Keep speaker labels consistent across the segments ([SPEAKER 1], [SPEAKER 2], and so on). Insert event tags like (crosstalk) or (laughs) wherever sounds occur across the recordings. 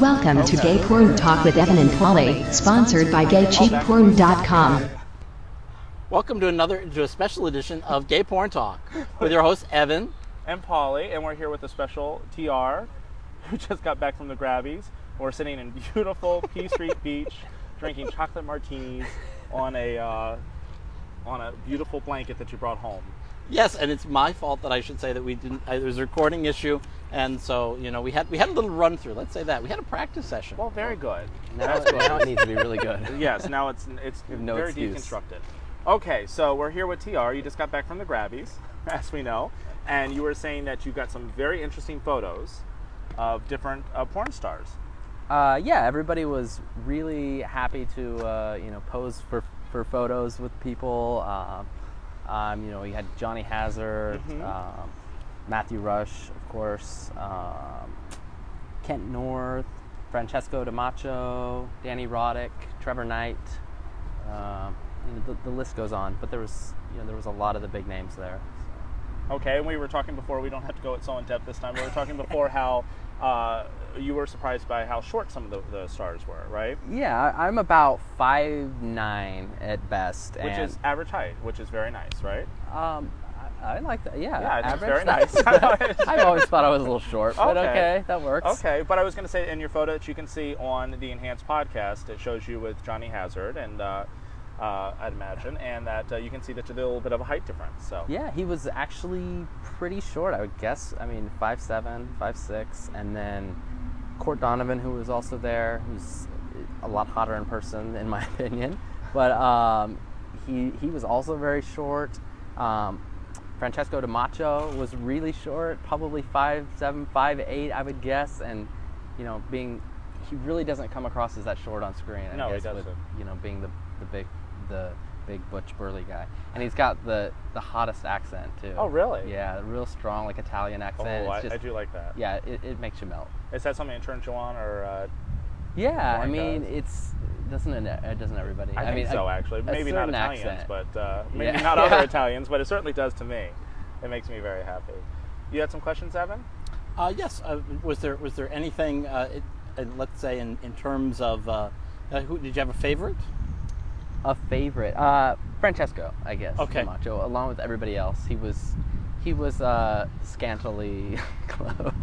[SPEAKER 1] Welcome to Gay Porn Talk with Evan and Polly, sponsored by GayCheapPorn.com.
[SPEAKER 2] Welcome to another to a special edition of Gay Porn Talk with your host Evan.
[SPEAKER 3] and Polly, and we're here with a special TR who just got back from the Grabbies. We're sitting in
[SPEAKER 4] (laughs)
[SPEAKER 3] beautiful P Street Beach, drinking chocolate martinis on a uh, on a beautiful blanket that you brought home.
[SPEAKER 2] Yes, and it's my fault that I should say that we didn't. I, there was a recording issue, and so you know we had we had a little run through. Let's say that we had a practice session.
[SPEAKER 3] Well, very good.
[SPEAKER 4] Now, it- now it needs to be really good.
[SPEAKER 3] Yes, now it's it's
[SPEAKER 4] no
[SPEAKER 3] very
[SPEAKER 4] excuse.
[SPEAKER 3] deconstructed. Okay, so we're here with TR. You just got back from the Grabbies, (laughs) as we know, and you were saying that you got some very interesting photos of different uh, porn stars.
[SPEAKER 4] (laughs) Uh, yeah, everybody was really happy to uh, you know pose for for photos with people. Um, um, you know, we had Johnny Hazard, um, Matthew Rush, of course, um, Kent North, Francesco DiMacho, Danny Roddick, Trevor Knight. Um, you know, the, the list goes on, but there was you know there was a lot of the big names there. so.
[SPEAKER 3] Okay, and we were talking before. We don't have to go so in depth this time. We were talking before how uh, you were surprised by how short some of the, the stars were, right?
[SPEAKER 4] Yeah, I- I'm about five nine at best,
[SPEAKER 3] Which
[SPEAKER 4] and
[SPEAKER 3] is average height, which is very nice, right?
[SPEAKER 4] um, I, I like that. Yeah,
[SPEAKER 3] Yeah, it's
[SPEAKER 4] average.
[SPEAKER 3] very
[SPEAKER 4] (laughs)
[SPEAKER 3] nice.
[SPEAKER 4] I've always thought I was a little short, but
[SPEAKER 3] Okay.
[SPEAKER 4] okay, that works.
[SPEAKER 3] okay, but I was going to say in your photo that you can see on the enhanced podcast, it shows you with Johnny Hazard and uh, uh, I'd imagine, and that uh, you can see that there's a little bit of a height difference. So
[SPEAKER 4] Yeah, he was actually pretty short. I would guess. I mean, five seven, five six, and then Court Donovan, who was also there, who's a lot hotter in person, in my (laughs) opinion. But um, he he was also very short. Um, Francesco DiMacho was really short, probably five seven, five eight, I would guess. And you know, being he really doesn't come across as that short on screen. I
[SPEAKER 3] No, he
[SPEAKER 4] guess, with,
[SPEAKER 3] doesn't.
[SPEAKER 4] you know, being the, the big the big butch burly guy, and he's got the the hottest accent too.
[SPEAKER 3] Oh, really?
[SPEAKER 4] Yeah, a real strong like Italian
[SPEAKER 3] Oh,
[SPEAKER 4] accent.
[SPEAKER 3] I,
[SPEAKER 4] It's just-
[SPEAKER 3] I do like that.
[SPEAKER 4] Yeah, it, it makes you melt.
[SPEAKER 3] Is that something that turns you on, or uh,
[SPEAKER 4] Yeah, I
[SPEAKER 3] Mine
[SPEAKER 4] mean,
[SPEAKER 3] does.
[SPEAKER 4] it's doesn't it, uh, doesn't everybody?
[SPEAKER 3] I,
[SPEAKER 4] mean,
[SPEAKER 3] think
[SPEAKER 4] a-
[SPEAKER 3] so, actually.
[SPEAKER 4] a
[SPEAKER 3] Maybe not
[SPEAKER 4] certain
[SPEAKER 3] Italians,
[SPEAKER 4] accent.
[SPEAKER 3] but uh, maybe
[SPEAKER 4] Yeah.
[SPEAKER 2] (laughs)
[SPEAKER 3] not other Italians, but it certainly does to me. It makes me very happy. You had some questions, Evan?
[SPEAKER 2] Uh, yes. Uh, was there was there anything? Uh, it, uh, let's say in, in terms of uh, uh, who did you have a favorite?
[SPEAKER 4] a favorite. Uh, Francesco, I guess.
[SPEAKER 2] Okay.
[SPEAKER 4] Camacho, along with everybody else, he was he was uh, scantily (laughs) clothed,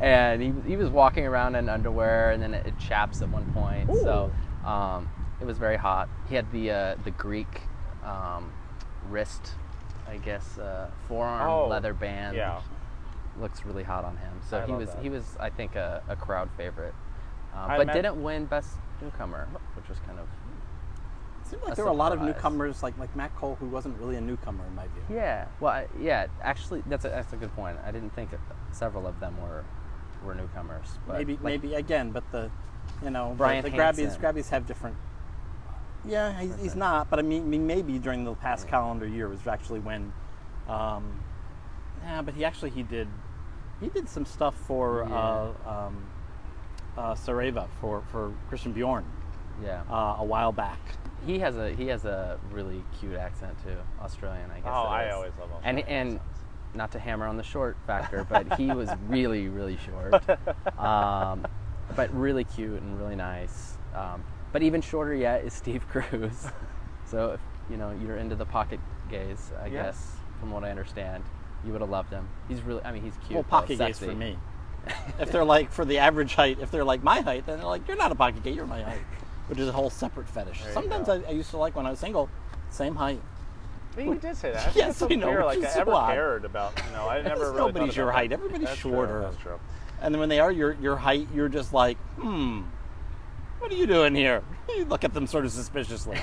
[SPEAKER 4] and he he was walking around in underwear, and then it chaps at one point. So um, it was very hot. He had the uh, the Greek um, wrist, I guess, uh, forearm
[SPEAKER 3] Oh,
[SPEAKER 4] leather band.
[SPEAKER 3] yeah.
[SPEAKER 4] which Looks really hot on him. So
[SPEAKER 3] I
[SPEAKER 4] he
[SPEAKER 3] love
[SPEAKER 4] was
[SPEAKER 3] that.
[SPEAKER 4] he was I think a, a crowd favorite, uh,
[SPEAKER 3] I
[SPEAKER 4] but
[SPEAKER 3] met-
[SPEAKER 4] didn't win best newcomer, which was kind of
[SPEAKER 2] It seemed like
[SPEAKER 4] A
[SPEAKER 2] there were a lot of
[SPEAKER 4] surprise.
[SPEAKER 2] newcomers, like like Matt Cole, who wasn't really a newcomer in my view.
[SPEAKER 4] Yeah. Well, I, yeah. Actually, that's a, that's a good point. I didn't think several of them were were newcomers. But
[SPEAKER 2] maybe
[SPEAKER 4] like,
[SPEAKER 2] maybe again, but the you know the-
[SPEAKER 4] Brian
[SPEAKER 2] the, Grabbies
[SPEAKER 4] Hansen.
[SPEAKER 2] Grabbies have different. Yeah, he's, he's not. But I mean, I mean, maybe during the past calendar year was actually when. Um, yeah, but he actually he did he did some stuff for uh, um, uh, Sareva for for Christian Bjorn
[SPEAKER 4] Yeah.
[SPEAKER 2] uh, a while back.
[SPEAKER 4] he has a he has a really cute accent too. Australian, I guess.
[SPEAKER 3] Oh,
[SPEAKER 4] it
[SPEAKER 3] I
[SPEAKER 4] is.
[SPEAKER 3] always love
[SPEAKER 4] And
[SPEAKER 3] Australian
[SPEAKER 4] and not to hammer on the short factor, but he
[SPEAKER 3] (laughs)
[SPEAKER 4] was really really short, um, but really cute and really nice. Um, but even shorter yet is Steve (laughs) Cruz. so if you know you're into the pocket gaze, I
[SPEAKER 3] Yeah.
[SPEAKER 4] guess from what I understand, you would have loved him. He's really I mean he's cute.
[SPEAKER 2] Well,
[SPEAKER 4] but
[SPEAKER 2] pocket gates
[SPEAKER 4] sexy.
[SPEAKER 2] for
[SPEAKER 4] (laughs)
[SPEAKER 2] me. if they're like for the average height, if they're like my height, then they're like you're not a pocket gate, you're my height, which is a whole separate fetish.
[SPEAKER 3] you
[SPEAKER 2] Sometimes
[SPEAKER 3] go.
[SPEAKER 2] I, I used to like when I was single, same height.
[SPEAKER 3] But you did say that. I
[SPEAKER 2] (laughs)
[SPEAKER 3] think
[SPEAKER 2] Yes,
[SPEAKER 3] it's so
[SPEAKER 2] I know,
[SPEAKER 3] Weird,
[SPEAKER 2] which
[SPEAKER 3] like, I
[SPEAKER 2] is
[SPEAKER 3] ever
[SPEAKER 2] odd.
[SPEAKER 3] cared about,
[SPEAKER 2] (laughs)
[SPEAKER 3] you know, I never really thought
[SPEAKER 2] nobody's your
[SPEAKER 3] about
[SPEAKER 2] height.
[SPEAKER 3] that.
[SPEAKER 2] Everybody's
[SPEAKER 3] That's true,
[SPEAKER 2] shorter.
[SPEAKER 3] that's true.
[SPEAKER 2] And then when they are your your height, you're just like, hmm, what are you doing here? (laughs) You look at them sort of suspiciously.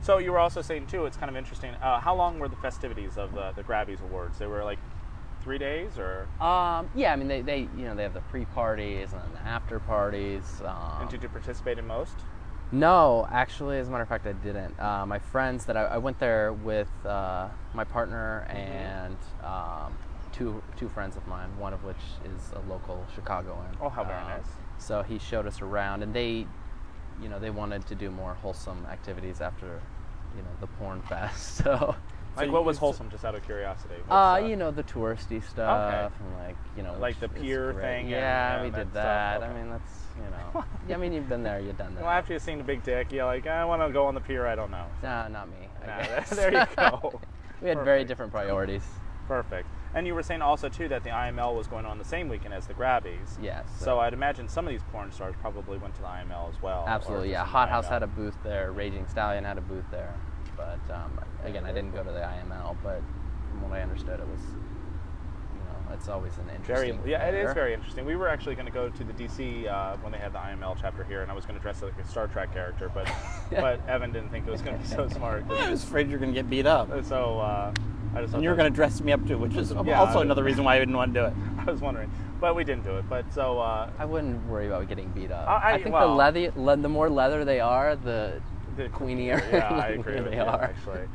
[SPEAKER 3] So you were also saying, too, it's kind of interesting. Uh, how long were the festivities of the, the Grabbies Awards? They were like three days or?
[SPEAKER 4] Um, yeah, I mean they, they you know they have the pre parties and the after parties. Um,
[SPEAKER 3] And did you participate in most?
[SPEAKER 4] no, actually, as a matter of fact, I didn't. Uh, my friends that I, I went there with uh, my partner
[SPEAKER 3] Mm-hmm.
[SPEAKER 4] and um, two two friends of mine, one of which is a local Chicagoan.
[SPEAKER 3] Oh, how very
[SPEAKER 4] Um,
[SPEAKER 3] nice.
[SPEAKER 4] So he showed us around, and they, you know, they wanted to do more wholesome activities after, you know, the porn fest. (laughs) So
[SPEAKER 3] Like,
[SPEAKER 2] you-
[SPEAKER 3] what was
[SPEAKER 2] it's-
[SPEAKER 3] wholesome? Just out of curiosity. What's,
[SPEAKER 4] Uh, you know the touristy stuff,
[SPEAKER 3] Okay.
[SPEAKER 4] and like you know,
[SPEAKER 3] Like
[SPEAKER 4] which
[SPEAKER 3] the
[SPEAKER 4] is
[SPEAKER 3] pier
[SPEAKER 4] great.
[SPEAKER 3] thing and-
[SPEAKER 4] Yeah,
[SPEAKER 3] and
[SPEAKER 4] we
[SPEAKER 3] that
[SPEAKER 4] did
[SPEAKER 3] stuff,
[SPEAKER 4] that.
[SPEAKER 3] okay.
[SPEAKER 4] I mean, that's you
[SPEAKER 3] (laughs)
[SPEAKER 4] know, yeah, I mean, you've been there, you've done that.
[SPEAKER 3] Well, after you've seen the big dick, you're like, I want to go on the pier. I don't know.
[SPEAKER 4] Nah, not me. I
[SPEAKER 3] Nah, (laughs)
[SPEAKER 4] guess.
[SPEAKER 2] (laughs)
[SPEAKER 3] there you go.
[SPEAKER 4] we had very
[SPEAKER 3] Perfect.
[SPEAKER 4] different priorities.
[SPEAKER 3] Perfect. And you were saying also too that the IML was going on the same weekend as the Grabbies.
[SPEAKER 4] Yes.
[SPEAKER 3] So I'd imagine some of these porn stars probably went to the IML as well. or
[SPEAKER 4] Absolutely,
[SPEAKER 3] just
[SPEAKER 4] yeah.
[SPEAKER 3] in the
[SPEAKER 4] Hot House
[SPEAKER 3] IML.
[SPEAKER 4] had a booth there. Raging Stallion had a booth there. But um, again, I didn't go to the IML, but from what I understood, it was, you know, it's always an
[SPEAKER 3] very
[SPEAKER 4] interesting.
[SPEAKER 3] yeah. It is
[SPEAKER 4] fair.
[SPEAKER 3] very interesting. We were actually going to go to the DC uh, when they had the IML chapter here, and I was going to dress like a Star Trek character,
[SPEAKER 4] (laughs)
[SPEAKER 3] but but Evan didn't think it was going to be so smart.
[SPEAKER 2] I was afraid you're going to get beat up.
[SPEAKER 3] So uh, I just thought
[SPEAKER 2] And you're
[SPEAKER 3] that-
[SPEAKER 2] going to dress me up too, which is
[SPEAKER 3] Yeah.
[SPEAKER 2] also another reason why I didn't want to do it.
[SPEAKER 3] I was wondering, but we didn't do it. But so uh,
[SPEAKER 4] I wouldn't worry about getting beat up.
[SPEAKER 3] I-
[SPEAKER 4] I,
[SPEAKER 3] I-
[SPEAKER 4] think
[SPEAKER 3] well-
[SPEAKER 4] the leather, le- the more leather they are, the
[SPEAKER 3] The-
[SPEAKER 4] queenier (laughs)
[SPEAKER 3] yeah, I
[SPEAKER 4] leather
[SPEAKER 3] agree with
[SPEAKER 4] they
[SPEAKER 3] you
[SPEAKER 4] are.
[SPEAKER 3] actually.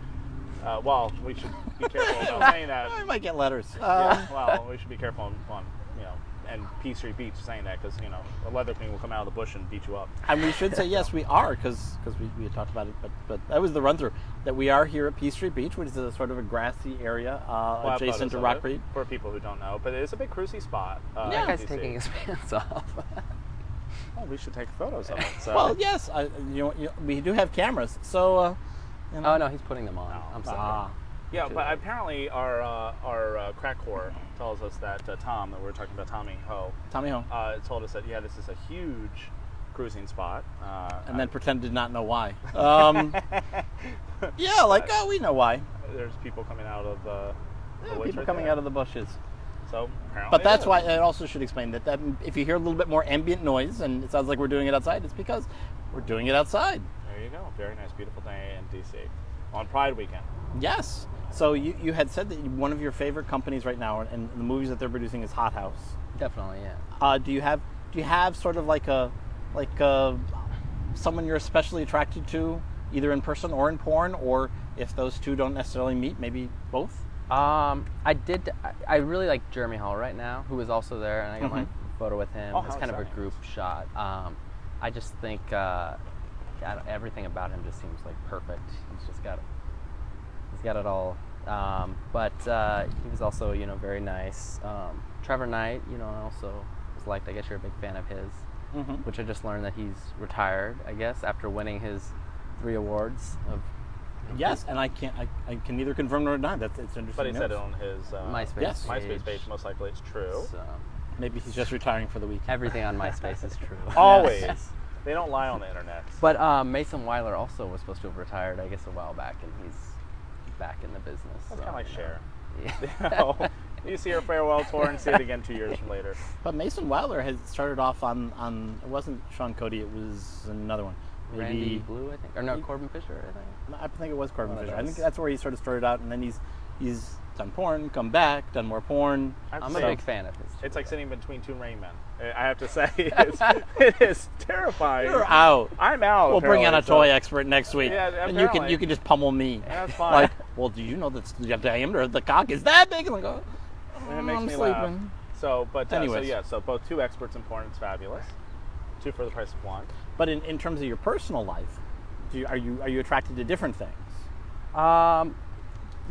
[SPEAKER 3] Uh, well, we should be careful
[SPEAKER 4] (laughs)
[SPEAKER 3] about saying that.
[SPEAKER 2] I might get letters.
[SPEAKER 3] Yeah,
[SPEAKER 2] Uh,
[SPEAKER 4] Um,
[SPEAKER 3] well, we should be careful on, on you know, and P Street Beach saying that because you know a leather queen will come out of the bush and beat you up.
[SPEAKER 2] And we should say yes, we are because we, we had talked about it, but but that was the run through that we are here at Peace Street Beach, which is a sort of a grassy area uh,
[SPEAKER 3] We'll have
[SPEAKER 2] adjacent
[SPEAKER 3] photos
[SPEAKER 2] to
[SPEAKER 3] of
[SPEAKER 2] Rock
[SPEAKER 3] it
[SPEAKER 2] Creek.
[SPEAKER 3] for people who don't know, but it's a big cruisy spot. Uh,
[SPEAKER 4] That
[SPEAKER 3] in
[SPEAKER 4] guy's
[SPEAKER 3] DC.
[SPEAKER 4] taking his (laughs) pants off.
[SPEAKER 3] Well, we should take photos
[SPEAKER 4] (laughs)
[SPEAKER 3] of it. So.
[SPEAKER 2] Well, yes, I, you know, you, we do have cameras, so uh, you know,
[SPEAKER 4] oh no, he's putting them on. I'm sorry.
[SPEAKER 2] ah,
[SPEAKER 3] Yeah, but apparently our uh, our uh, crack whore tells us that uh, Tom that we were talking about Tommy Ho
[SPEAKER 2] Tommy Home,
[SPEAKER 3] uh, told us that yeah this is a huge cruising spot. Uh,
[SPEAKER 2] and then pretend did not know
[SPEAKER 3] (laughs)
[SPEAKER 2] why. Um, yeah, like oh, we know why.
[SPEAKER 3] there's people coming out of the, the
[SPEAKER 2] Yeah,
[SPEAKER 3] woods
[SPEAKER 2] people
[SPEAKER 3] right
[SPEAKER 2] coming
[SPEAKER 3] there. Oh,
[SPEAKER 2] out of the bushes.
[SPEAKER 3] so apparently
[SPEAKER 2] But
[SPEAKER 3] it
[SPEAKER 2] that's
[SPEAKER 3] is.
[SPEAKER 2] why uh, it also should explain that, that if you hear a little bit more ambient noise and it sounds like we're doing it outside, it's because we're doing it outside.
[SPEAKER 3] There you go. Very nice, beautiful day in DC on Pride weekend.
[SPEAKER 2] Yes. So you, you had said that one of your favorite companies right now, and the movies that they're producing is Hot House.
[SPEAKER 4] Definitely, yeah.
[SPEAKER 2] Uh, do you have do you have sort of like a like a someone you're especially attracted to, either in person or in porn, or if those two don't necessarily meet, maybe both?
[SPEAKER 4] Um, I did. I, I really like Jeremy Hall right now, who is also there, and I got my photo with him.
[SPEAKER 3] Oh,
[SPEAKER 4] it's
[SPEAKER 3] how
[SPEAKER 4] kind of a
[SPEAKER 3] exciting.
[SPEAKER 4] group shot. Um, I just think uh, I don't- everything about him just seems like perfect. He's just got, he's got it all. Um, but uh, he was also, you know, very nice. Um, Trevor Knight, you know, I also was liked. I guess you're a big fan of his,
[SPEAKER 3] Mm-hmm.
[SPEAKER 4] which I just learned that he's retired. I guess after winning his three awards of
[SPEAKER 2] Yes, and I can't I, I can neither confirm nor deny. That's it's interesting.
[SPEAKER 3] But he said it
[SPEAKER 2] news.
[SPEAKER 3] on his uh,
[SPEAKER 4] MySpace
[SPEAKER 2] yes.
[SPEAKER 3] MySpace
[SPEAKER 4] page.
[SPEAKER 3] page. Most likely, it's true.
[SPEAKER 4] so,
[SPEAKER 2] Maybe he's just retiring for the weekend.
[SPEAKER 4] everything on MySpace is
[SPEAKER 3] (laughs)
[SPEAKER 4] true.
[SPEAKER 3] (laughs) Always, they don't lie on the
[SPEAKER 2] (laughs)
[SPEAKER 3] internet. (laughs)
[SPEAKER 4] But uh, Mason Weiler also was supposed to have retired, I guess, a while back, and he's back in the business.
[SPEAKER 3] That's kind
[SPEAKER 4] so,
[SPEAKER 3] of like
[SPEAKER 4] you know.
[SPEAKER 3] Cher. Oh.
[SPEAKER 4] Yeah.
[SPEAKER 3] You (laughs) know, you see her farewell tour and see it again two years
[SPEAKER 2] (laughs)
[SPEAKER 3] from later.
[SPEAKER 2] But Mason Wilder had started off on on it wasn't Sean Cody, it was another one.
[SPEAKER 4] (laughs) Randy
[SPEAKER 2] Maybe
[SPEAKER 4] Blue, I think, or no, Corbin Fisher, I think.
[SPEAKER 2] I think it was Corbin
[SPEAKER 4] Oh,
[SPEAKER 2] Fisher.
[SPEAKER 4] that
[SPEAKER 2] I think
[SPEAKER 4] was-
[SPEAKER 2] that's where he sort of started out, and then he's he's done porn, come back, done more porn.
[SPEAKER 3] I have to
[SPEAKER 4] I'm
[SPEAKER 3] say,
[SPEAKER 4] a big fan of his.
[SPEAKER 3] It's like sitting between two rain men. I I have to
[SPEAKER 2] (laughs)
[SPEAKER 3] say, (laughs) it's, it is terrifying.
[SPEAKER 2] You're out.
[SPEAKER 3] I'm out.
[SPEAKER 2] We'll bring in a toy
[SPEAKER 3] apparently, so-
[SPEAKER 2] expert next week,
[SPEAKER 3] Yeah,
[SPEAKER 2] and you can
[SPEAKER 3] apparently.
[SPEAKER 2] you can just pummel me. (laughs)
[SPEAKER 3] That's fine.
[SPEAKER 2] Like, well, do you know that the diameter of the cock is that big? oh. And I go,
[SPEAKER 3] And it makes
[SPEAKER 2] I'm
[SPEAKER 3] me laugh.
[SPEAKER 2] sleeping.
[SPEAKER 3] So, but uh, so
[SPEAKER 2] Anyways.
[SPEAKER 3] yeah, so both two experts in porn is fabulous. Two for the price of one.
[SPEAKER 2] But in, in terms of your personal life, do you, are you are you attracted to different things?
[SPEAKER 4] Um,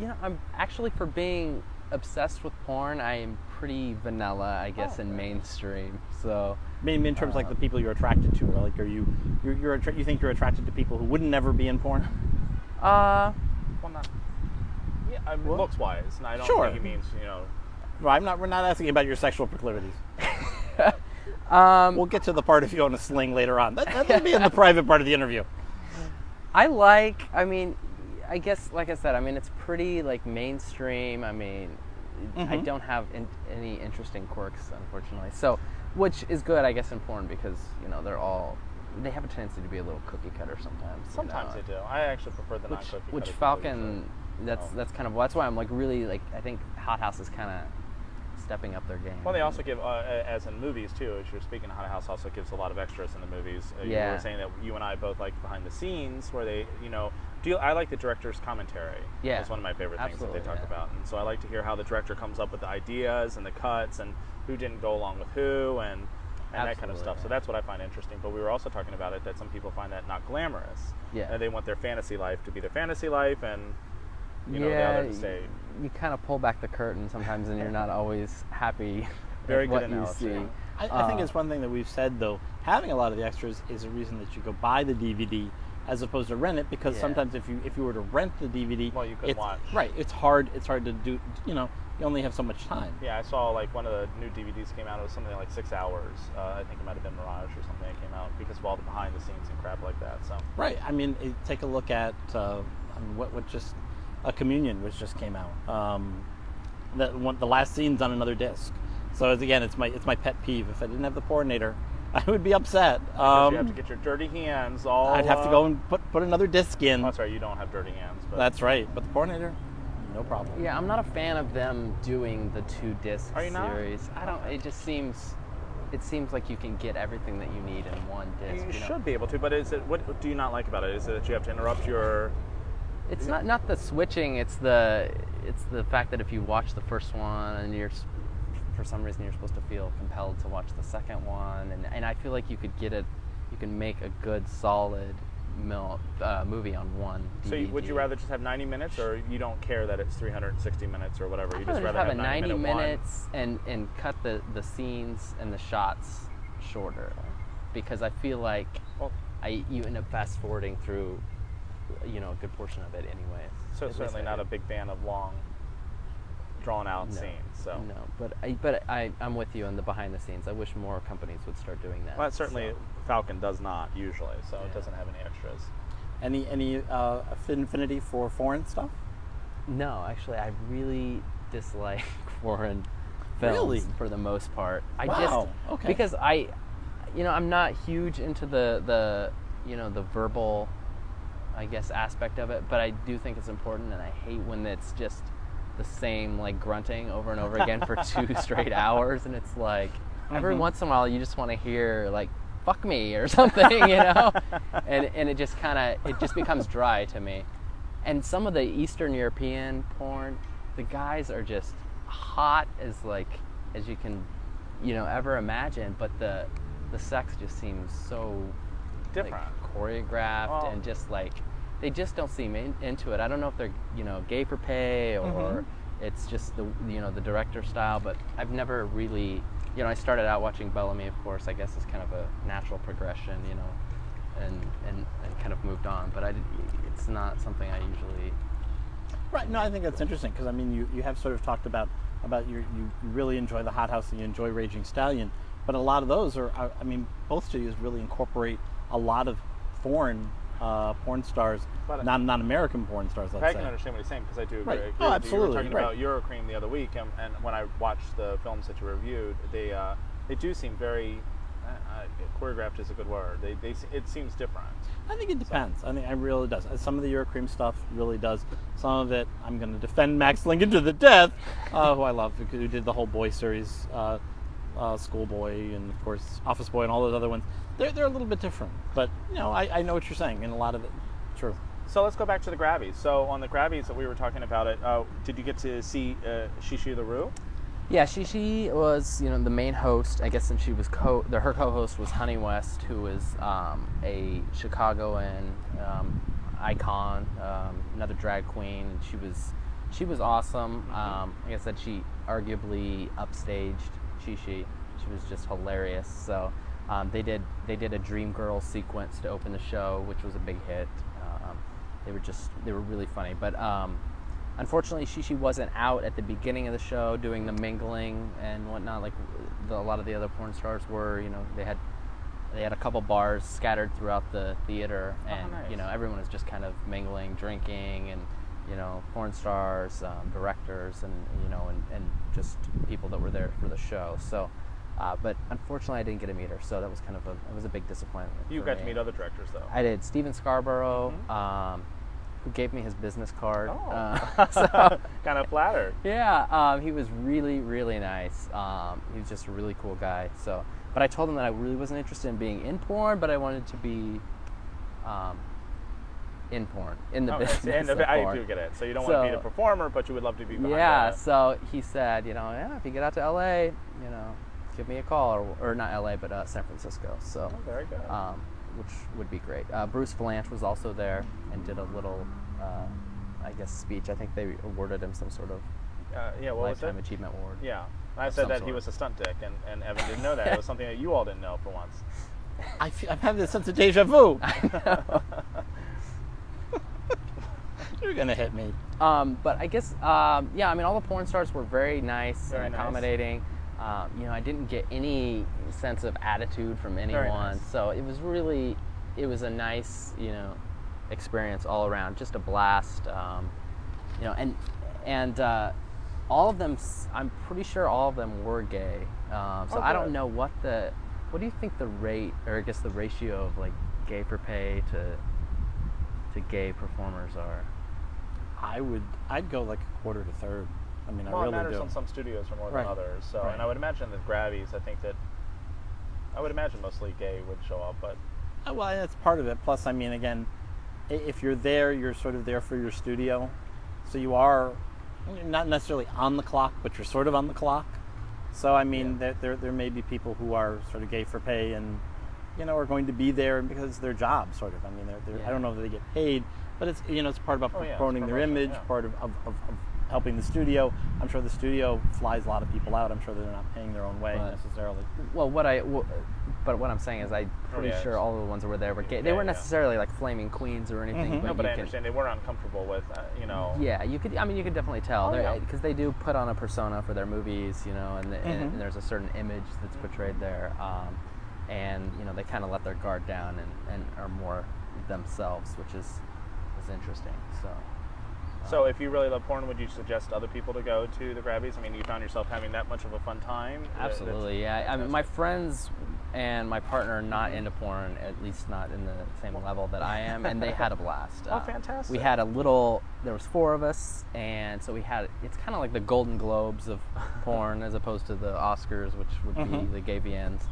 [SPEAKER 4] you know, I'm actually for being obsessed with porn, I am pretty vanilla, I guess,
[SPEAKER 3] Oh,
[SPEAKER 4] and mainstream. So
[SPEAKER 2] I mean, in terms of like the people you're attracted to, or like are you you're, you're attra- you think you're attracted to people who wouldn't never be in porn? (laughs)
[SPEAKER 4] uh,
[SPEAKER 3] Well, not. Yeah, I mean, looks wise. And I don't
[SPEAKER 2] Sure.
[SPEAKER 3] think he means, you know.
[SPEAKER 2] Well, I'm not. We're not asking about your sexual (laughs) proclivities.
[SPEAKER 4] um,
[SPEAKER 2] We'll get to the part if you own a sling later on. That, that'll be (laughs) in the private part of the interview.
[SPEAKER 4] I like. I mean, I guess, like I said, I mean, it's pretty like mainstream. I mean, I
[SPEAKER 3] Mm-hmm.
[SPEAKER 4] don't have in, any interesting quirks, unfortunately. So, which is good, I guess, in porn because you know they're all they have a tendency to be a little cookie cutter sometimes. you
[SPEAKER 3] Sometimes
[SPEAKER 4] know?
[SPEAKER 3] they do. I actually prefer the non
[SPEAKER 4] Which,
[SPEAKER 3] cookie.
[SPEAKER 4] which Falcon, that's
[SPEAKER 3] Oh.
[SPEAKER 4] that's kind of that's why I'm like really like I think Hot House is kind of stepping up their game.
[SPEAKER 3] Well, they also give, uh, uh, as in movies too, as you're speaking, Haunted House also gives a lot of extras in the movies. Uh, You
[SPEAKER 4] Yeah.
[SPEAKER 3] were saying that you and I both like behind the scenes where they, you know, do you, I like the director's commentary.
[SPEAKER 4] Yeah.
[SPEAKER 3] It's one of my favorite things that they
[SPEAKER 4] Absolutely,
[SPEAKER 3] talk
[SPEAKER 4] yeah.
[SPEAKER 3] about. And so I like to hear how the director comes up with the ideas and the cuts and who didn't go along with who and, and that kind of
[SPEAKER 4] Absolutely,
[SPEAKER 3] stuff. So
[SPEAKER 4] yeah.
[SPEAKER 3] that's what I find interesting. But we were also talking about it that some people find that not glamorous.
[SPEAKER 4] Yeah.
[SPEAKER 3] And they want their fantasy life to be their fantasy life and you know, the other to say.
[SPEAKER 4] You kind of pull back the curtain sometimes, and
[SPEAKER 3] (laughs)
[SPEAKER 4] you're not always happy
[SPEAKER 3] Very
[SPEAKER 4] with
[SPEAKER 3] good
[SPEAKER 4] what you
[SPEAKER 3] analogy.
[SPEAKER 4] see.
[SPEAKER 2] I, I think it's one thing that we've said though. Having a lot of the extras is a reason that you go buy the DVD as opposed to rent it because
[SPEAKER 4] Yeah.
[SPEAKER 2] sometimes if you if you were to rent the DVD,
[SPEAKER 3] Well, you couldn't
[SPEAKER 2] it's-
[SPEAKER 3] watch.
[SPEAKER 2] Right, it's hard. It's hard to do. You know, you only have so much time.
[SPEAKER 3] Yeah, I saw like one of the new DVDs came out. It was something like six hours. Uh, I think it might have been Mirage or something that came out because of all the behind the scenes and crap like that. So
[SPEAKER 2] Right. I mean, it, take a look at uh, I mean, what what just a communion which just came out. Um, that one, the last scene's on another disc. So it's, again, it's my it's my pet peeve. If I didn't have the coordinator, (laughs) I would be upset.
[SPEAKER 3] Because
[SPEAKER 2] Um,
[SPEAKER 3] you have to get your dirty hands all.
[SPEAKER 2] I'd have to
[SPEAKER 3] uh,
[SPEAKER 2] go and put put another disc in.
[SPEAKER 3] Oh, sorry, you don't have dirty hands, but
[SPEAKER 2] That's right. But the coordinator, no problem.
[SPEAKER 4] Yeah, I'm not a fan of them doing the two disc
[SPEAKER 3] Are you not?
[SPEAKER 4] series. I don't. It just seems, it seems like you can get everything that you need in one disc.
[SPEAKER 3] you
[SPEAKER 4] you know?
[SPEAKER 3] should be able to. But is it what what do you not like about it? Is it that you have to interrupt your?
[SPEAKER 4] It's not not the switching. It's the it's the fact that if you watch the first one and you're s- for some reason you're supposed to feel compelled to watch the second one, and and I feel like you could get it, you can make a good solid mil, uh, movie on one. DVD.
[SPEAKER 3] So you, would you rather just have 90 minutes, or you don't care that it's 360 minutes or whatever? You
[SPEAKER 4] I'd rather
[SPEAKER 3] rather
[SPEAKER 4] have, a 90
[SPEAKER 3] minute one?
[SPEAKER 4] minutes and, and cut the, the scenes and the shots shorter because I feel like
[SPEAKER 3] Well-
[SPEAKER 4] I you end up fast forwarding through you know a good portion of it anyway.
[SPEAKER 3] So certainly not a big fan of long, drawn out
[SPEAKER 4] No.
[SPEAKER 3] scenes. So
[SPEAKER 4] no, but I but I I'm with you on the behind the scenes. I wish more companies would start doing that.
[SPEAKER 3] well, that certainly
[SPEAKER 4] so.
[SPEAKER 3] Falcon does not usually, so
[SPEAKER 4] Yeah.
[SPEAKER 3] it doesn't have any extras.
[SPEAKER 2] Any any uh, affinity for foreign stuff?
[SPEAKER 4] No, actually, I really dislike (laughs) foreign films
[SPEAKER 2] Really?
[SPEAKER 4] for the most part. I
[SPEAKER 2] Wow,
[SPEAKER 4] just
[SPEAKER 2] okay.
[SPEAKER 4] because I, you know, I'm not huge into the the you know the verbal, I guess aspect of it, but I do think it's important, and I hate when it's just the same like grunting over and over again for two straight hours, and it's like every once in a while you just want to hear like fuck me or something, you know, and and it just kind of it just becomes dry to me and some of the Eastern European porn, the guys are just hot as like as you can, you know, ever imagine. But the the sex just seems so like,
[SPEAKER 3] Different.
[SPEAKER 4] choreographed,
[SPEAKER 3] Oh.
[SPEAKER 4] and just like they just don't seem in, into it. I don't know if they're you know gay for pay or it's just the you know the director style. But I've never really you know I started out watching Bellamy, of course. I guess it's kind of a natural progression, you know and, and, and kind of moved on. But I did, it's not something I usually.
[SPEAKER 2] Right. No, I think that's interesting because I mean, you, you have sort of talked about about your you really enjoy the Hot House and you enjoy Raging Stallion, but a lot of those are, are I mean, both studios really incorporate a lot of foreign uh, porn stars,
[SPEAKER 3] But-
[SPEAKER 2] non non American porn stars. Let's
[SPEAKER 3] I
[SPEAKER 2] say.
[SPEAKER 3] can understand what he's saying because I do agree.
[SPEAKER 2] Right.
[SPEAKER 3] agree
[SPEAKER 2] Oh,
[SPEAKER 3] with you.
[SPEAKER 2] absolutely,
[SPEAKER 3] You were
[SPEAKER 2] right.
[SPEAKER 3] talking about Eurocream the other week, and, and when I watched the films that you reviewed, they uh, they do seem very uh, uh, choreographed is a good word. They, they se- it seems different.
[SPEAKER 2] I think it depends. I think it really does. Uh, Some of the Eurocream stuff really does. Some of it, I'm going to defend Max Lincoln to the death, uh, who I love, who- who did the whole boy series, uh, uh, Schoolboy, and of course Office Boy, and all those other ones. They're, they're a little bit different, but you know, I, I know what you're saying, and a lot of it, true.
[SPEAKER 3] So let's go back to the Grabbies. So on the Grabbies that we were talking about, it uh, did you get to see uh, Shishu the Roo?
[SPEAKER 4] Yeah, she she was you know the main host, I guess, and she was co the, her co-host was Honey West, who is um, a Chicagoan um, icon, um, another drag queen, and she was she was awesome. Um, like I said, she arguably upstaged Shishi. She was just hilarious. So um, they did they did a Dream Girl sequence to open the show, which was a big hit. Um, they were just they were really funny, but. Um, Unfortunately, Shishi wasn't out at the beginning of the show doing the mingling and whatnot. Like the, a lot of the other porn stars were, you know, they had they had a couple bars scattered throughout the theater, and
[SPEAKER 3] nice.
[SPEAKER 4] you know, everyone was just kind of mingling, drinking, and you know, porn stars, um, directors, and you know, and, and just people that were there for the show. So, uh, but unfortunately, I didn't get to meet her, so that was kind of a it was a big disappointment.
[SPEAKER 3] You
[SPEAKER 4] for
[SPEAKER 3] got to
[SPEAKER 4] me.
[SPEAKER 3] meet other directors though.
[SPEAKER 4] I did. Stephen Scarborough, um, who gave me his business card.
[SPEAKER 3] Mm-hmm. Oh. (laughs)
[SPEAKER 4] Uh, (laughs) so,
[SPEAKER 3] kind of flattered.
[SPEAKER 4] yeah, um, he was really, really nice. Um, he was just a really cool guy. So, but I told him that I really wasn't interested in being in porn, but I wanted to be um, in porn, in (laughs) the
[SPEAKER 3] Oh, it's
[SPEAKER 4] business.
[SPEAKER 3] the end of
[SPEAKER 4] of
[SPEAKER 3] it. I
[SPEAKER 4] porn.
[SPEAKER 3] do get it. Oh, So you don't want to be
[SPEAKER 4] So-
[SPEAKER 3] the performer, but you would love to be. behind
[SPEAKER 4] Yeah,
[SPEAKER 3] the-
[SPEAKER 4] so he said, you know, yeah, if you get out to LA, you know, give me a call, or, or not LA, but uh, San Francisco. So
[SPEAKER 3] Oh, very good.
[SPEAKER 4] um, which would be great. Uh, Bruce Valanche was also there and did a little uh, I guess, speech. I think they awarded him some sort of
[SPEAKER 3] Uh, yeah, what was
[SPEAKER 4] lifetime
[SPEAKER 3] it?
[SPEAKER 4] achievement award.
[SPEAKER 3] Yeah. And I
[SPEAKER 4] Of
[SPEAKER 3] said
[SPEAKER 4] some
[SPEAKER 3] that he
[SPEAKER 4] sort.
[SPEAKER 3] was a stunt dick, and, and Evan didn't
[SPEAKER 4] (laughs)
[SPEAKER 3] know that. It was something that you all didn't know for once.
[SPEAKER 2] I feel, I'm having this sense of deja
[SPEAKER 3] (laughs)
[SPEAKER 2] vu. (laughs) You're gonna hit me.
[SPEAKER 4] Um, but I guess, um, yeah, I mean, all the porn stars were very nice
[SPEAKER 3] Very
[SPEAKER 4] and
[SPEAKER 3] nice.
[SPEAKER 4] accommodating. Um, you know, I didn't get any sense of attitude from anyone.
[SPEAKER 3] nice.
[SPEAKER 4] So it was really, it was a nice, you know, experience all around. Just a blast. Um, you know, and and uh, all of them, s- I'm pretty sure all of them were gay. Um, so
[SPEAKER 3] Oh,
[SPEAKER 4] I
[SPEAKER 3] good.
[SPEAKER 4] don't know what the, what do you think the rate, or I guess the ratio of like gay for pay to, to gay performers are?
[SPEAKER 2] I would. I'd go like a quarter to third. I mean,
[SPEAKER 3] Well,
[SPEAKER 2] I
[SPEAKER 3] it
[SPEAKER 2] really
[SPEAKER 3] matters
[SPEAKER 2] do.
[SPEAKER 3] on some studios for more
[SPEAKER 2] Right.
[SPEAKER 3] than others. So,
[SPEAKER 2] Right.
[SPEAKER 3] and I would imagine that Gravies, I think that, I would imagine mostly gay would show up, but
[SPEAKER 2] Uh, Well, that's part of it. Plus, I mean, again, i- if you're there, you're sort of there for your studio, so you are you're not necessarily on the clock, but you're sort of on the clock. So, I mean, there, there there may be people who are sort of gay for pay and you know are going to be there because it's their job, sort of. I mean, they're, they're, I
[SPEAKER 4] Yeah.
[SPEAKER 2] don't know if they get paid, but it's you know it's part about
[SPEAKER 3] Oh, yeah, it's
[SPEAKER 2] promoting their
[SPEAKER 3] promotion,
[SPEAKER 2] image,
[SPEAKER 3] yeah.
[SPEAKER 2] part of, of, of, of helping the studio. I'm sure the studio flies a lot of people out. I'm sure they're not paying their own way
[SPEAKER 4] Right.
[SPEAKER 2] necessarily.
[SPEAKER 4] Well, what I, wh- but what I'm saying is, I'm pretty
[SPEAKER 3] Oh, yeah,
[SPEAKER 4] sure
[SPEAKER 3] it's-
[SPEAKER 4] all of the ones that were there were gay. They
[SPEAKER 3] Yeah,
[SPEAKER 4] weren't
[SPEAKER 3] yeah.
[SPEAKER 4] necessarily like flaming queens or anything. But
[SPEAKER 3] no, but
[SPEAKER 4] you
[SPEAKER 3] I
[SPEAKER 4] can-
[SPEAKER 3] understand they were uncomfortable with, uh, you know.
[SPEAKER 4] Yeah, you could. I mean, you could definitely tell.
[SPEAKER 3] Oh,
[SPEAKER 4] They're-
[SPEAKER 3] yeah.
[SPEAKER 4] Because they do put on a persona for their movies, you know, and, the,
[SPEAKER 3] Mm-hmm.
[SPEAKER 4] and there's a certain image that's portrayed there, um, and you know they kind of let their guard down and, and are more themselves, which is is interesting. So
[SPEAKER 3] So, if you really love porn, would you suggest other people to go to the Gravies? I mean, you found yourself having that much of a fun time. Uh, that's-
[SPEAKER 4] absolutely, yeah. I mean, my friends and my partner are not into porn, at least not in the same level that I am, and they had a blast.
[SPEAKER 3] (laughs) Oh,
[SPEAKER 4] Uh,
[SPEAKER 3] fantastic.
[SPEAKER 4] We had a little. There was four of us, and so we had. It's kind of like the Golden Globes
[SPEAKER 3] (laughs)
[SPEAKER 4] of porn, as opposed to the Oscars, which would
[SPEAKER 3] Mm-hmm.
[SPEAKER 4] be the gay VNs.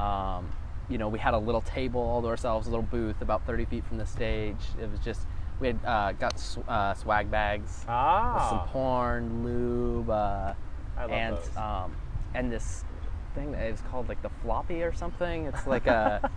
[SPEAKER 4] Um, you know, we had a little table all to ourselves, a little booth about 30 feet from the stage. It was just. We had uh, got sw- uh, swag bags with some
[SPEAKER 3] Ah.
[SPEAKER 4] porn, lube, uh,
[SPEAKER 3] I love
[SPEAKER 4] and
[SPEAKER 3] those.
[SPEAKER 4] um, and this thing that is called like the floppy or something. It's
[SPEAKER 3] (laughs)
[SPEAKER 4] like a,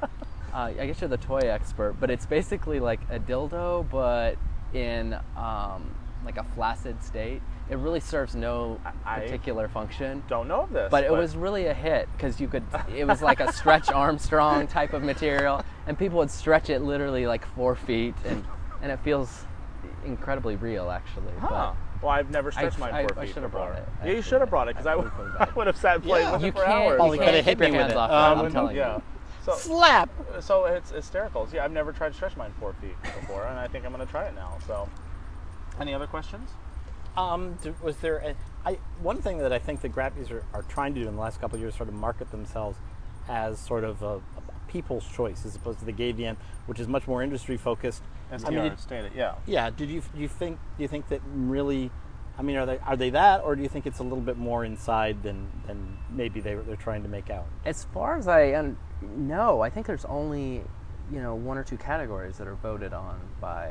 [SPEAKER 4] uh, I guess you're the toy expert, but it's basically like a dildo, but in um, like a flaccid state. It really serves no
[SPEAKER 3] I-
[SPEAKER 4] particular function.
[SPEAKER 3] Don't know of this.
[SPEAKER 4] But it was really a hit because you could. It was like a
[SPEAKER 3] (laughs)
[SPEAKER 4] stretch Armstrong type of material, and people would stretch it literally like four feet, and and it feels incredibly real actually.
[SPEAKER 3] Huh.
[SPEAKER 4] But
[SPEAKER 3] Well, I've never stretched
[SPEAKER 4] I-
[SPEAKER 3] my
[SPEAKER 4] I-
[SPEAKER 3] four
[SPEAKER 4] I
[SPEAKER 3] feet
[SPEAKER 4] should've
[SPEAKER 3] before.
[SPEAKER 4] brought it.
[SPEAKER 3] Yeah, you
[SPEAKER 4] I
[SPEAKER 3] should have
[SPEAKER 4] should've-
[SPEAKER 3] brought it because
[SPEAKER 4] I
[SPEAKER 3] I would
[SPEAKER 4] would've brought it.
[SPEAKER 3] I would have sat playing
[SPEAKER 2] Yeah.
[SPEAKER 3] with
[SPEAKER 4] you
[SPEAKER 3] it for
[SPEAKER 4] can't.
[SPEAKER 3] hours.
[SPEAKER 2] Oh, you
[SPEAKER 4] you
[SPEAKER 2] gotta
[SPEAKER 4] can't
[SPEAKER 2] hit
[SPEAKER 4] keep your
[SPEAKER 2] me with
[SPEAKER 4] hands
[SPEAKER 2] it.
[SPEAKER 4] off
[SPEAKER 2] Um,
[SPEAKER 4] it. I'm telling
[SPEAKER 3] yeah.
[SPEAKER 4] you.
[SPEAKER 3] So,
[SPEAKER 2] Slap.
[SPEAKER 3] so it's hysterical. Yeah, I've never tried to stretch mine four feet before, and I think I'm gonna try it now. So, any other questions?
[SPEAKER 2] Um, d- was there a, I, one thing that I think the Grappies are, are trying to do in the last couple of years, sort of market themselves as sort of a, a people's choice as opposed to the gay VN, which is much more industry focused.
[SPEAKER 3] STR
[SPEAKER 2] I mean, did-
[SPEAKER 3] stated, yeah.
[SPEAKER 2] yeah. Did you do you think do you think that really? I mean, are they are they that, or do you think it's a little bit more inside than than maybe they were- they're trying to make out?
[SPEAKER 4] As far as I un- know, I think there's only you know one or two categories that are voted on by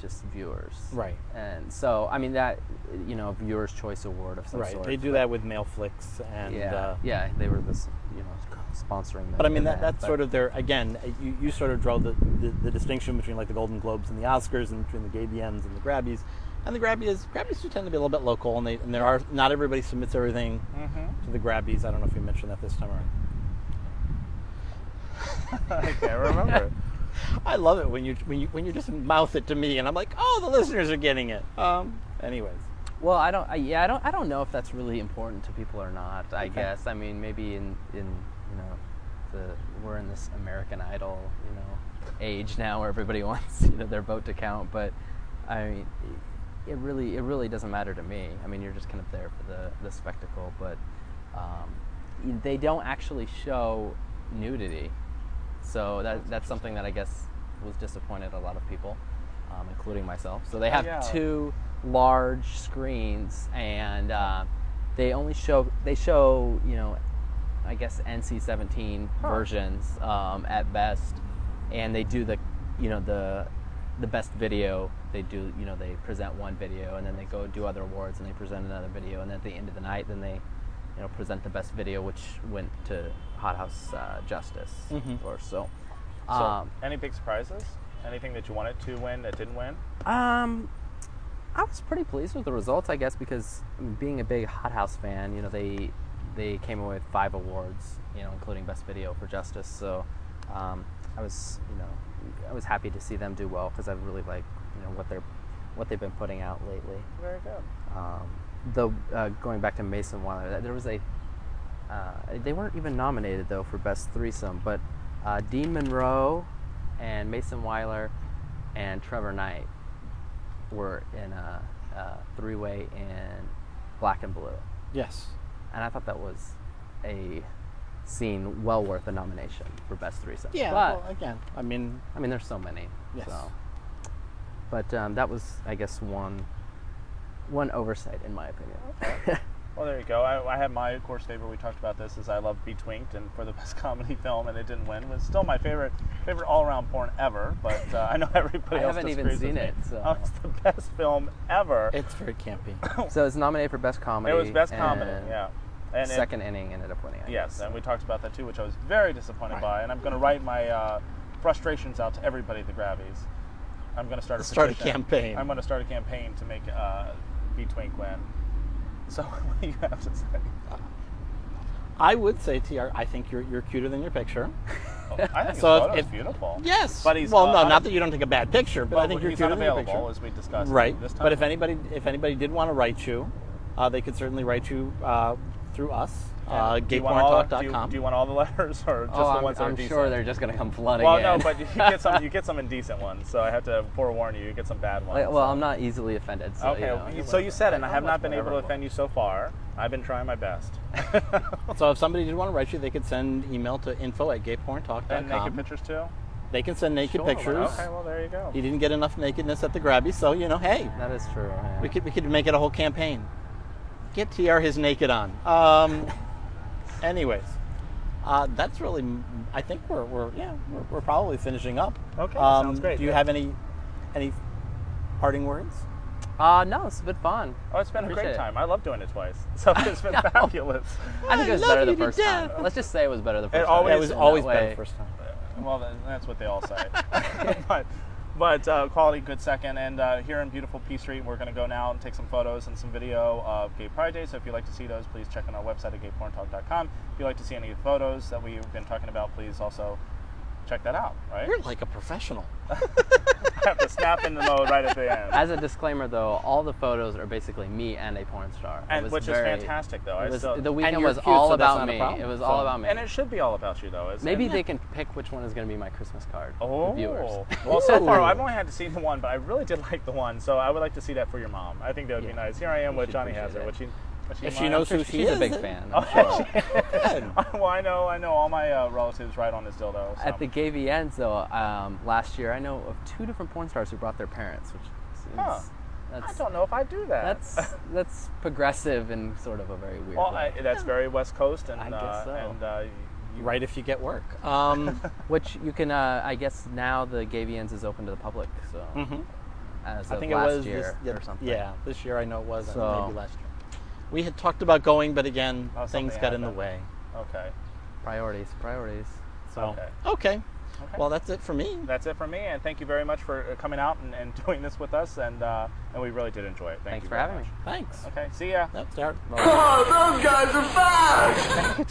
[SPEAKER 4] just viewers.
[SPEAKER 2] Right.
[SPEAKER 4] And so I mean that you know viewers' choice award of some
[SPEAKER 2] Right.
[SPEAKER 4] sort.
[SPEAKER 2] They do that with male flicks and
[SPEAKER 4] Yeah.
[SPEAKER 2] uh,
[SPEAKER 4] yeah. They were this you know sponsoring.
[SPEAKER 2] But I mean, that, that's sort of their, again, uh, you, you sort of draw the, the, the distinction between like the Golden Globes and the Oscars and between the gay BMs and the Grabbies. And the Grabbies, Grabbies do tend to be a little bit local and, they, and there are, not everybody submits everything
[SPEAKER 3] Mm-hmm.
[SPEAKER 2] to the Grabbies. I don't know if you mentioned that this time around.
[SPEAKER 3] (laughs) I can't
[SPEAKER 4] (laughs)
[SPEAKER 3] remember.
[SPEAKER 2] (laughs) I love it when you, when you, when you just mouth it to me and I'm like, oh, the listeners are getting it. Um, anyways.
[SPEAKER 4] Well, I don't. I, yeah, I don't. I don't know if that's really important to people or not. I guess. I mean, maybe in in you know, the we're in this American Idol you know age now where everybody (laughs) wants you know their vote to count. But I mean, it really it really doesn't matter to me. I mean, you're just kind of there for the the spectacle. But um, y- they don't actually show nudity, so that that's something that I guess was disappointed a lot of people, um, including myself. So they have
[SPEAKER 3] yeah.
[SPEAKER 4] two two large screens, and uh, they only show they show you know, I guess NC-17 versions um, at best, and they do the you know the the best video they do you know they present one video and then they go do other awards and they present another video and then at the end of the night then they you know present the best video which went to Hot House uh, Justice or so.
[SPEAKER 3] So,
[SPEAKER 4] Um,
[SPEAKER 3] any big surprises? Anything that you wanted to win that didn't win?
[SPEAKER 4] um, I was pretty pleased with the results, I guess, because being a big Hot House fan, you know, they they came away with five awards, you know, including Best Video for Justice. So um, I was, you know, I was happy to see them do well because I really like, you know, what they're what they've been putting out lately.
[SPEAKER 3] Very good.
[SPEAKER 4] Um, though uh, going back to Mason Weiler, th- there was a uh, they weren't even nominated though for best threesome, but uh, Dean Monroe and Mason Weiler and Trevor Knight were in a, a three-way in Black and Blue,
[SPEAKER 2] Yes.
[SPEAKER 4] and I thought that was a scene well worth a nomination for best threesome.
[SPEAKER 2] Yeah.
[SPEAKER 4] but
[SPEAKER 2] well, again, I mean,
[SPEAKER 4] I mean, there's so many.
[SPEAKER 2] Yes.
[SPEAKER 4] So. But um, that was, I guess, one one oversight in my
[SPEAKER 3] (laughs)
[SPEAKER 4] opinion.
[SPEAKER 3] Well, there you go. I, I have my, of course, favorite. We talked about this is I love Betwinked, and for the (laughs) best comedy film, and it didn't win. It was still my favorite, favorite all-around porn ever. But uh, I know (laughs) everybody
[SPEAKER 4] I
[SPEAKER 3] else
[SPEAKER 4] haven't even
[SPEAKER 3] disagrees with
[SPEAKER 4] seen
[SPEAKER 3] me.
[SPEAKER 4] it, so-
[SPEAKER 3] Oh, it's the best film ever.
[SPEAKER 2] it's very campy.
[SPEAKER 4] so it's nominated for best comedy.
[SPEAKER 3] It was best comedy,
[SPEAKER 4] and
[SPEAKER 3] yeah. And it-
[SPEAKER 4] second inning ended up winning. I
[SPEAKER 3] yes,
[SPEAKER 4] guess.
[SPEAKER 3] and we talked about that too, which I was very disappointed
[SPEAKER 4] Right.
[SPEAKER 3] by. And I'm going to write my uh, frustrations out to everybody at the Gravies. I'm going to start a
[SPEAKER 2] Start a
[SPEAKER 3] petition.
[SPEAKER 2] campaign.
[SPEAKER 3] I'm going to start a campaign to make uh, Betwink win. So (laughs) what do you have to say?
[SPEAKER 2] (coughs) I would say, Tr, I think you're you're cuter than your picture.
[SPEAKER 3] Oh, I (laughs)
[SPEAKER 2] So
[SPEAKER 3] think his
[SPEAKER 2] if-
[SPEAKER 3] photo's
[SPEAKER 2] if-
[SPEAKER 3] beautiful.
[SPEAKER 2] Yes.
[SPEAKER 3] but he's
[SPEAKER 2] well,
[SPEAKER 3] uh,
[SPEAKER 2] no,
[SPEAKER 3] un-
[SPEAKER 2] not that you don't take a bad picture, but
[SPEAKER 3] well,
[SPEAKER 2] I think you're
[SPEAKER 3] he's
[SPEAKER 2] cuter than your
[SPEAKER 3] unavailable,
[SPEAKER 2] picture.
[SPEAKER 3] as we discussed.
[SPEAKER 2] Right.
[SPEAKER 3] This time.
[SPEAKER 2] But if anybody if anybody did want to write you, uh, they could certainly write you uh, through us, uh,
[SPEAKER 3] And do you want all the- do you-
[SPEAKER 2] gayporntalk.com.
[SPEAKER 3] Do you want all the letters or just
[SPEAKER 4] oh,
[SPEAKER 3] the
[SPEAKER 4] I'm,
[SPEAKER 3] ones that
[SPEAKER 4] I'm
[SPEAKER 3] are decent?
[SPEAKER 4] sure they're just gonna come flooding
[SPEAKER 3] Well,
[SPEAKER 4] in.
[SPEAKER 3] no,
[SPEAKER 4] (laughs)
[SPEAKER 3] but you get some. You get some indecent ones, so I have to forewarn you. You get some bad ones.
[SPEAKER 4] Like, well, I'm not easily offended. So,
[SPEAKER 3] okay,
[SPEAKER 4] You
[SPEAKER 3] well,
[SPEAKER 4] know,
[SPEAKER 3] you- so you said, it, and I have not been able to offend you so far. I've been trying my best.
[SPEAKER 2] So if somebody did want to write you, they could send email to info at
[SPEAKER 3] (laughs) and naked
[SPEAKER 2] gayporntalk.com.
[SPEAKER 3] pictures too.
[SPEAKER 2] They can send naked
[SPEAKER 4] Sure, why
[SPEAKER 2] pictures.
[SPEAKER 4] not?
[SPEAKER 3] Okay, well there you go.
[SPEAKER 2] He didn't get enough nakedness at the Grabby, so you know, hey,
[SPEAKER 4] that is true. yeah.
[SPEAKER 2] we could we could make it a whole campaign. Get Tr his naked on. Um, anyways, uh, that's really. m- I think we're we're yeah we're, we're probably finishing up.
[SPEAKER 3] Okay,
[SPEAKER 2] um,
[SPEAKER 3] sounds great.
[SPEAKER 2] Do you have any any parting words?
[SPEAKER 4] Uh, no, it's been fun.
[SPEAKER 3] Oh, it's been a
[SPEAKER 4] Appreciate
[SPEAKER 3] great
[SPEAKER 4] it.
[SPEAKER 3] time. I love doing it twice, (laughs) so it's been fabulous.
[SPEAKER 4] I think it was
[SPEAKER 2] love
[SPEAKER 4] better the
[SPEAKER 2] you to
[SPEAKER 4] first
[SPEAKER 2] death.
[SPEAKER 4] time. Let's just say it was better the first
[SPEAKER 3] always-
[SPEAKER 4] time.
[SPEAKER 2] That was
[SPEAKER 4] in that
[SPEAKER 2] always better
[SPEAKER 4] way.
[SPEAKER 2] the first time.
[SPEAKER 3] Well, th- that's what they all
[SPEAKER 4] (laughs)
[SPEAKER 3] say. (laughs) but but uh, quality, good second. And uh, here in beautiful P Street, we're going to go now and take some photos and some video of Gay Pride Day. So if you'd like to see those, please check on our website at gayporntalk.com. If you'd like to see any of the photos that we've been talking about, please also check that out, right?
[SPEAKER 2] You're like a professional.
[SPEAKER 3] (laughs) have to snap into mode right at the end.
[SPEAKER 4] (laughs) As a disclaimer, though, all the photos are basically me and a porn star. It
[SPEAKER 3] And,
[SPEAKER 4] was
[SPEAKER 3] which
[SPEAKER 4] very-
[SPEAKER 3] is fantastic, though. I
[SPEAKER 4] It was,
[SPEAKER 3] still-
[SPEAKER 4] the weekend
[SPEAKER 2] you're
[SPEAKER 4] was
[SPEAKER 2] cute,
[SPEAKER 4] all
[SPEAKER 2] so that's
[SPEAKER 4] about
[SPEAKER 2] not a
[SPEAKER 4] me.
[SPEAKER 2] problem.
[SPEAKER 4] It was
[SPEAKER 2] So-
[SPEAKER 4] all about me.
[SPEAKER 3] and it should be all about you, though. It's-
[SPEAKER 4] Maybe
[SPEAKER 3] and-
[SPEAKER 4] they can pick which one is going to be my Christmas card.
[SPEAKER 3] Oh,
[SPEAKER 4] The
[SPEAKER 3] (laughs)
[SPEAKER 4] viewers.
[SPEAKER 3] well, so far
[SPEAKER 2] Ooh.
[SPEAKER 3] I've only had to see the one, but I really did like the one, so I would like to see that for your mom. I think that would be
[SPEAKER 4] Yeah.
[SPEAKER 3] nice. Here I am
[SPEAKER 4] You
[SPEAKER 3] with
[SPEAKER 4] should
[SPEAKER 3] Johnny
[SPEAKER 4] appreciate
[SPEAKER 3] Hazard,
[SPEAKER 4] it.
[SPEAKER 3] which she, which
[SPEAKER 2] If
[SPEAKER 3] might-
[SPEAKER 2] she knows
[SPEAKER 3] (laughs)
[SPEAKER 2] who she
[SPEAKER 4] She's
[SPEAKER 2] is,
[SPEAKER 4] a big
[SPEAKER 2] then-
[SPEAKER 4] fan.
[SPEAKER 3] Oh,
[SPEAKER 4] I'm sure.
[SPEAKER 2] Good.
[SPEAKER 3] well, I know, I know all my uh, relatives ride on his dildo. So.
[SPEAKER 4] At the gay VNs, though, um, last year, I know of two different porn stars who brought their parents, which seems
[SPEAKER 3] Huh. I
[SPEAKER 4] that's
[SPEAKER 3] don't know if I do that.
[SPEAKER 4] that's that's progressive in sort of a very
[SPEAKER 3] (laughs)
[SPEAKER 4] weird
[SPEAKER 3] well,
[SPEAKER 4] way.
[SPEAKER 3] I, that's very West Coast, and
[SPEAKER 4] I guess
[SPEAKER 3] uh,
[SPEAKER 4] so.
[SPEAKER 3] and uh, you,
[SPEAKER 2] Right if you get work. Um,
[SPEAKER 4] Which you can, uh, I guess, now the gay VNs is open to the public. So
[SPEAKER 3] Mm-hmm.
[SPEAKER 4] as
[SPEAKER 2] mm-hmm. I
[SPEAKER 4] of
[SPEAKER 2] think it
[SPEAKER 4] last
[SPEAKER 2] was
[SPEAKER 4] year
[SPEAKER 2] this,
[SPEAKER 4] or something.
[SPEAKER 2] Yeah, this year I know it was, and
[SPEAKER 4] So-
[SPEAKER 2] maybe last year. We had talked about going, but again,
[SPEAKER 3] Oh,
[SPEAKER 2] things
[SPEAKER 3] something
[SPEAKER 2] got in the
[SPEAKER 3] happened.
[SPEAKER 2] way.
[SPEAKER 3] Okay,
[SPEAKER 4] Priorities, priorities.
[SPEAKER 2] So
[SPEAKER 3] Okay.
[SPEAKER 2] okay. Well, that's it for me.
[SPEAKER 3] that's it for me, and thank you very much for uh, coming out and, and (laughs) doing this with us, and uh, and we really did enjoy it. Thank
[SPEAKER 4] Thanks
[SPEAKER 3] you
[SPEAKER 4] for
[SPEAKER 3] very
[SPEAKER 4] having me.
[SPEAKER 2] Thanks.
[SPEAKER 3] much. Okay, see ya.
[SPEAKER 2] That's our.
[SPEAKER 5] Oh, those guys are fast!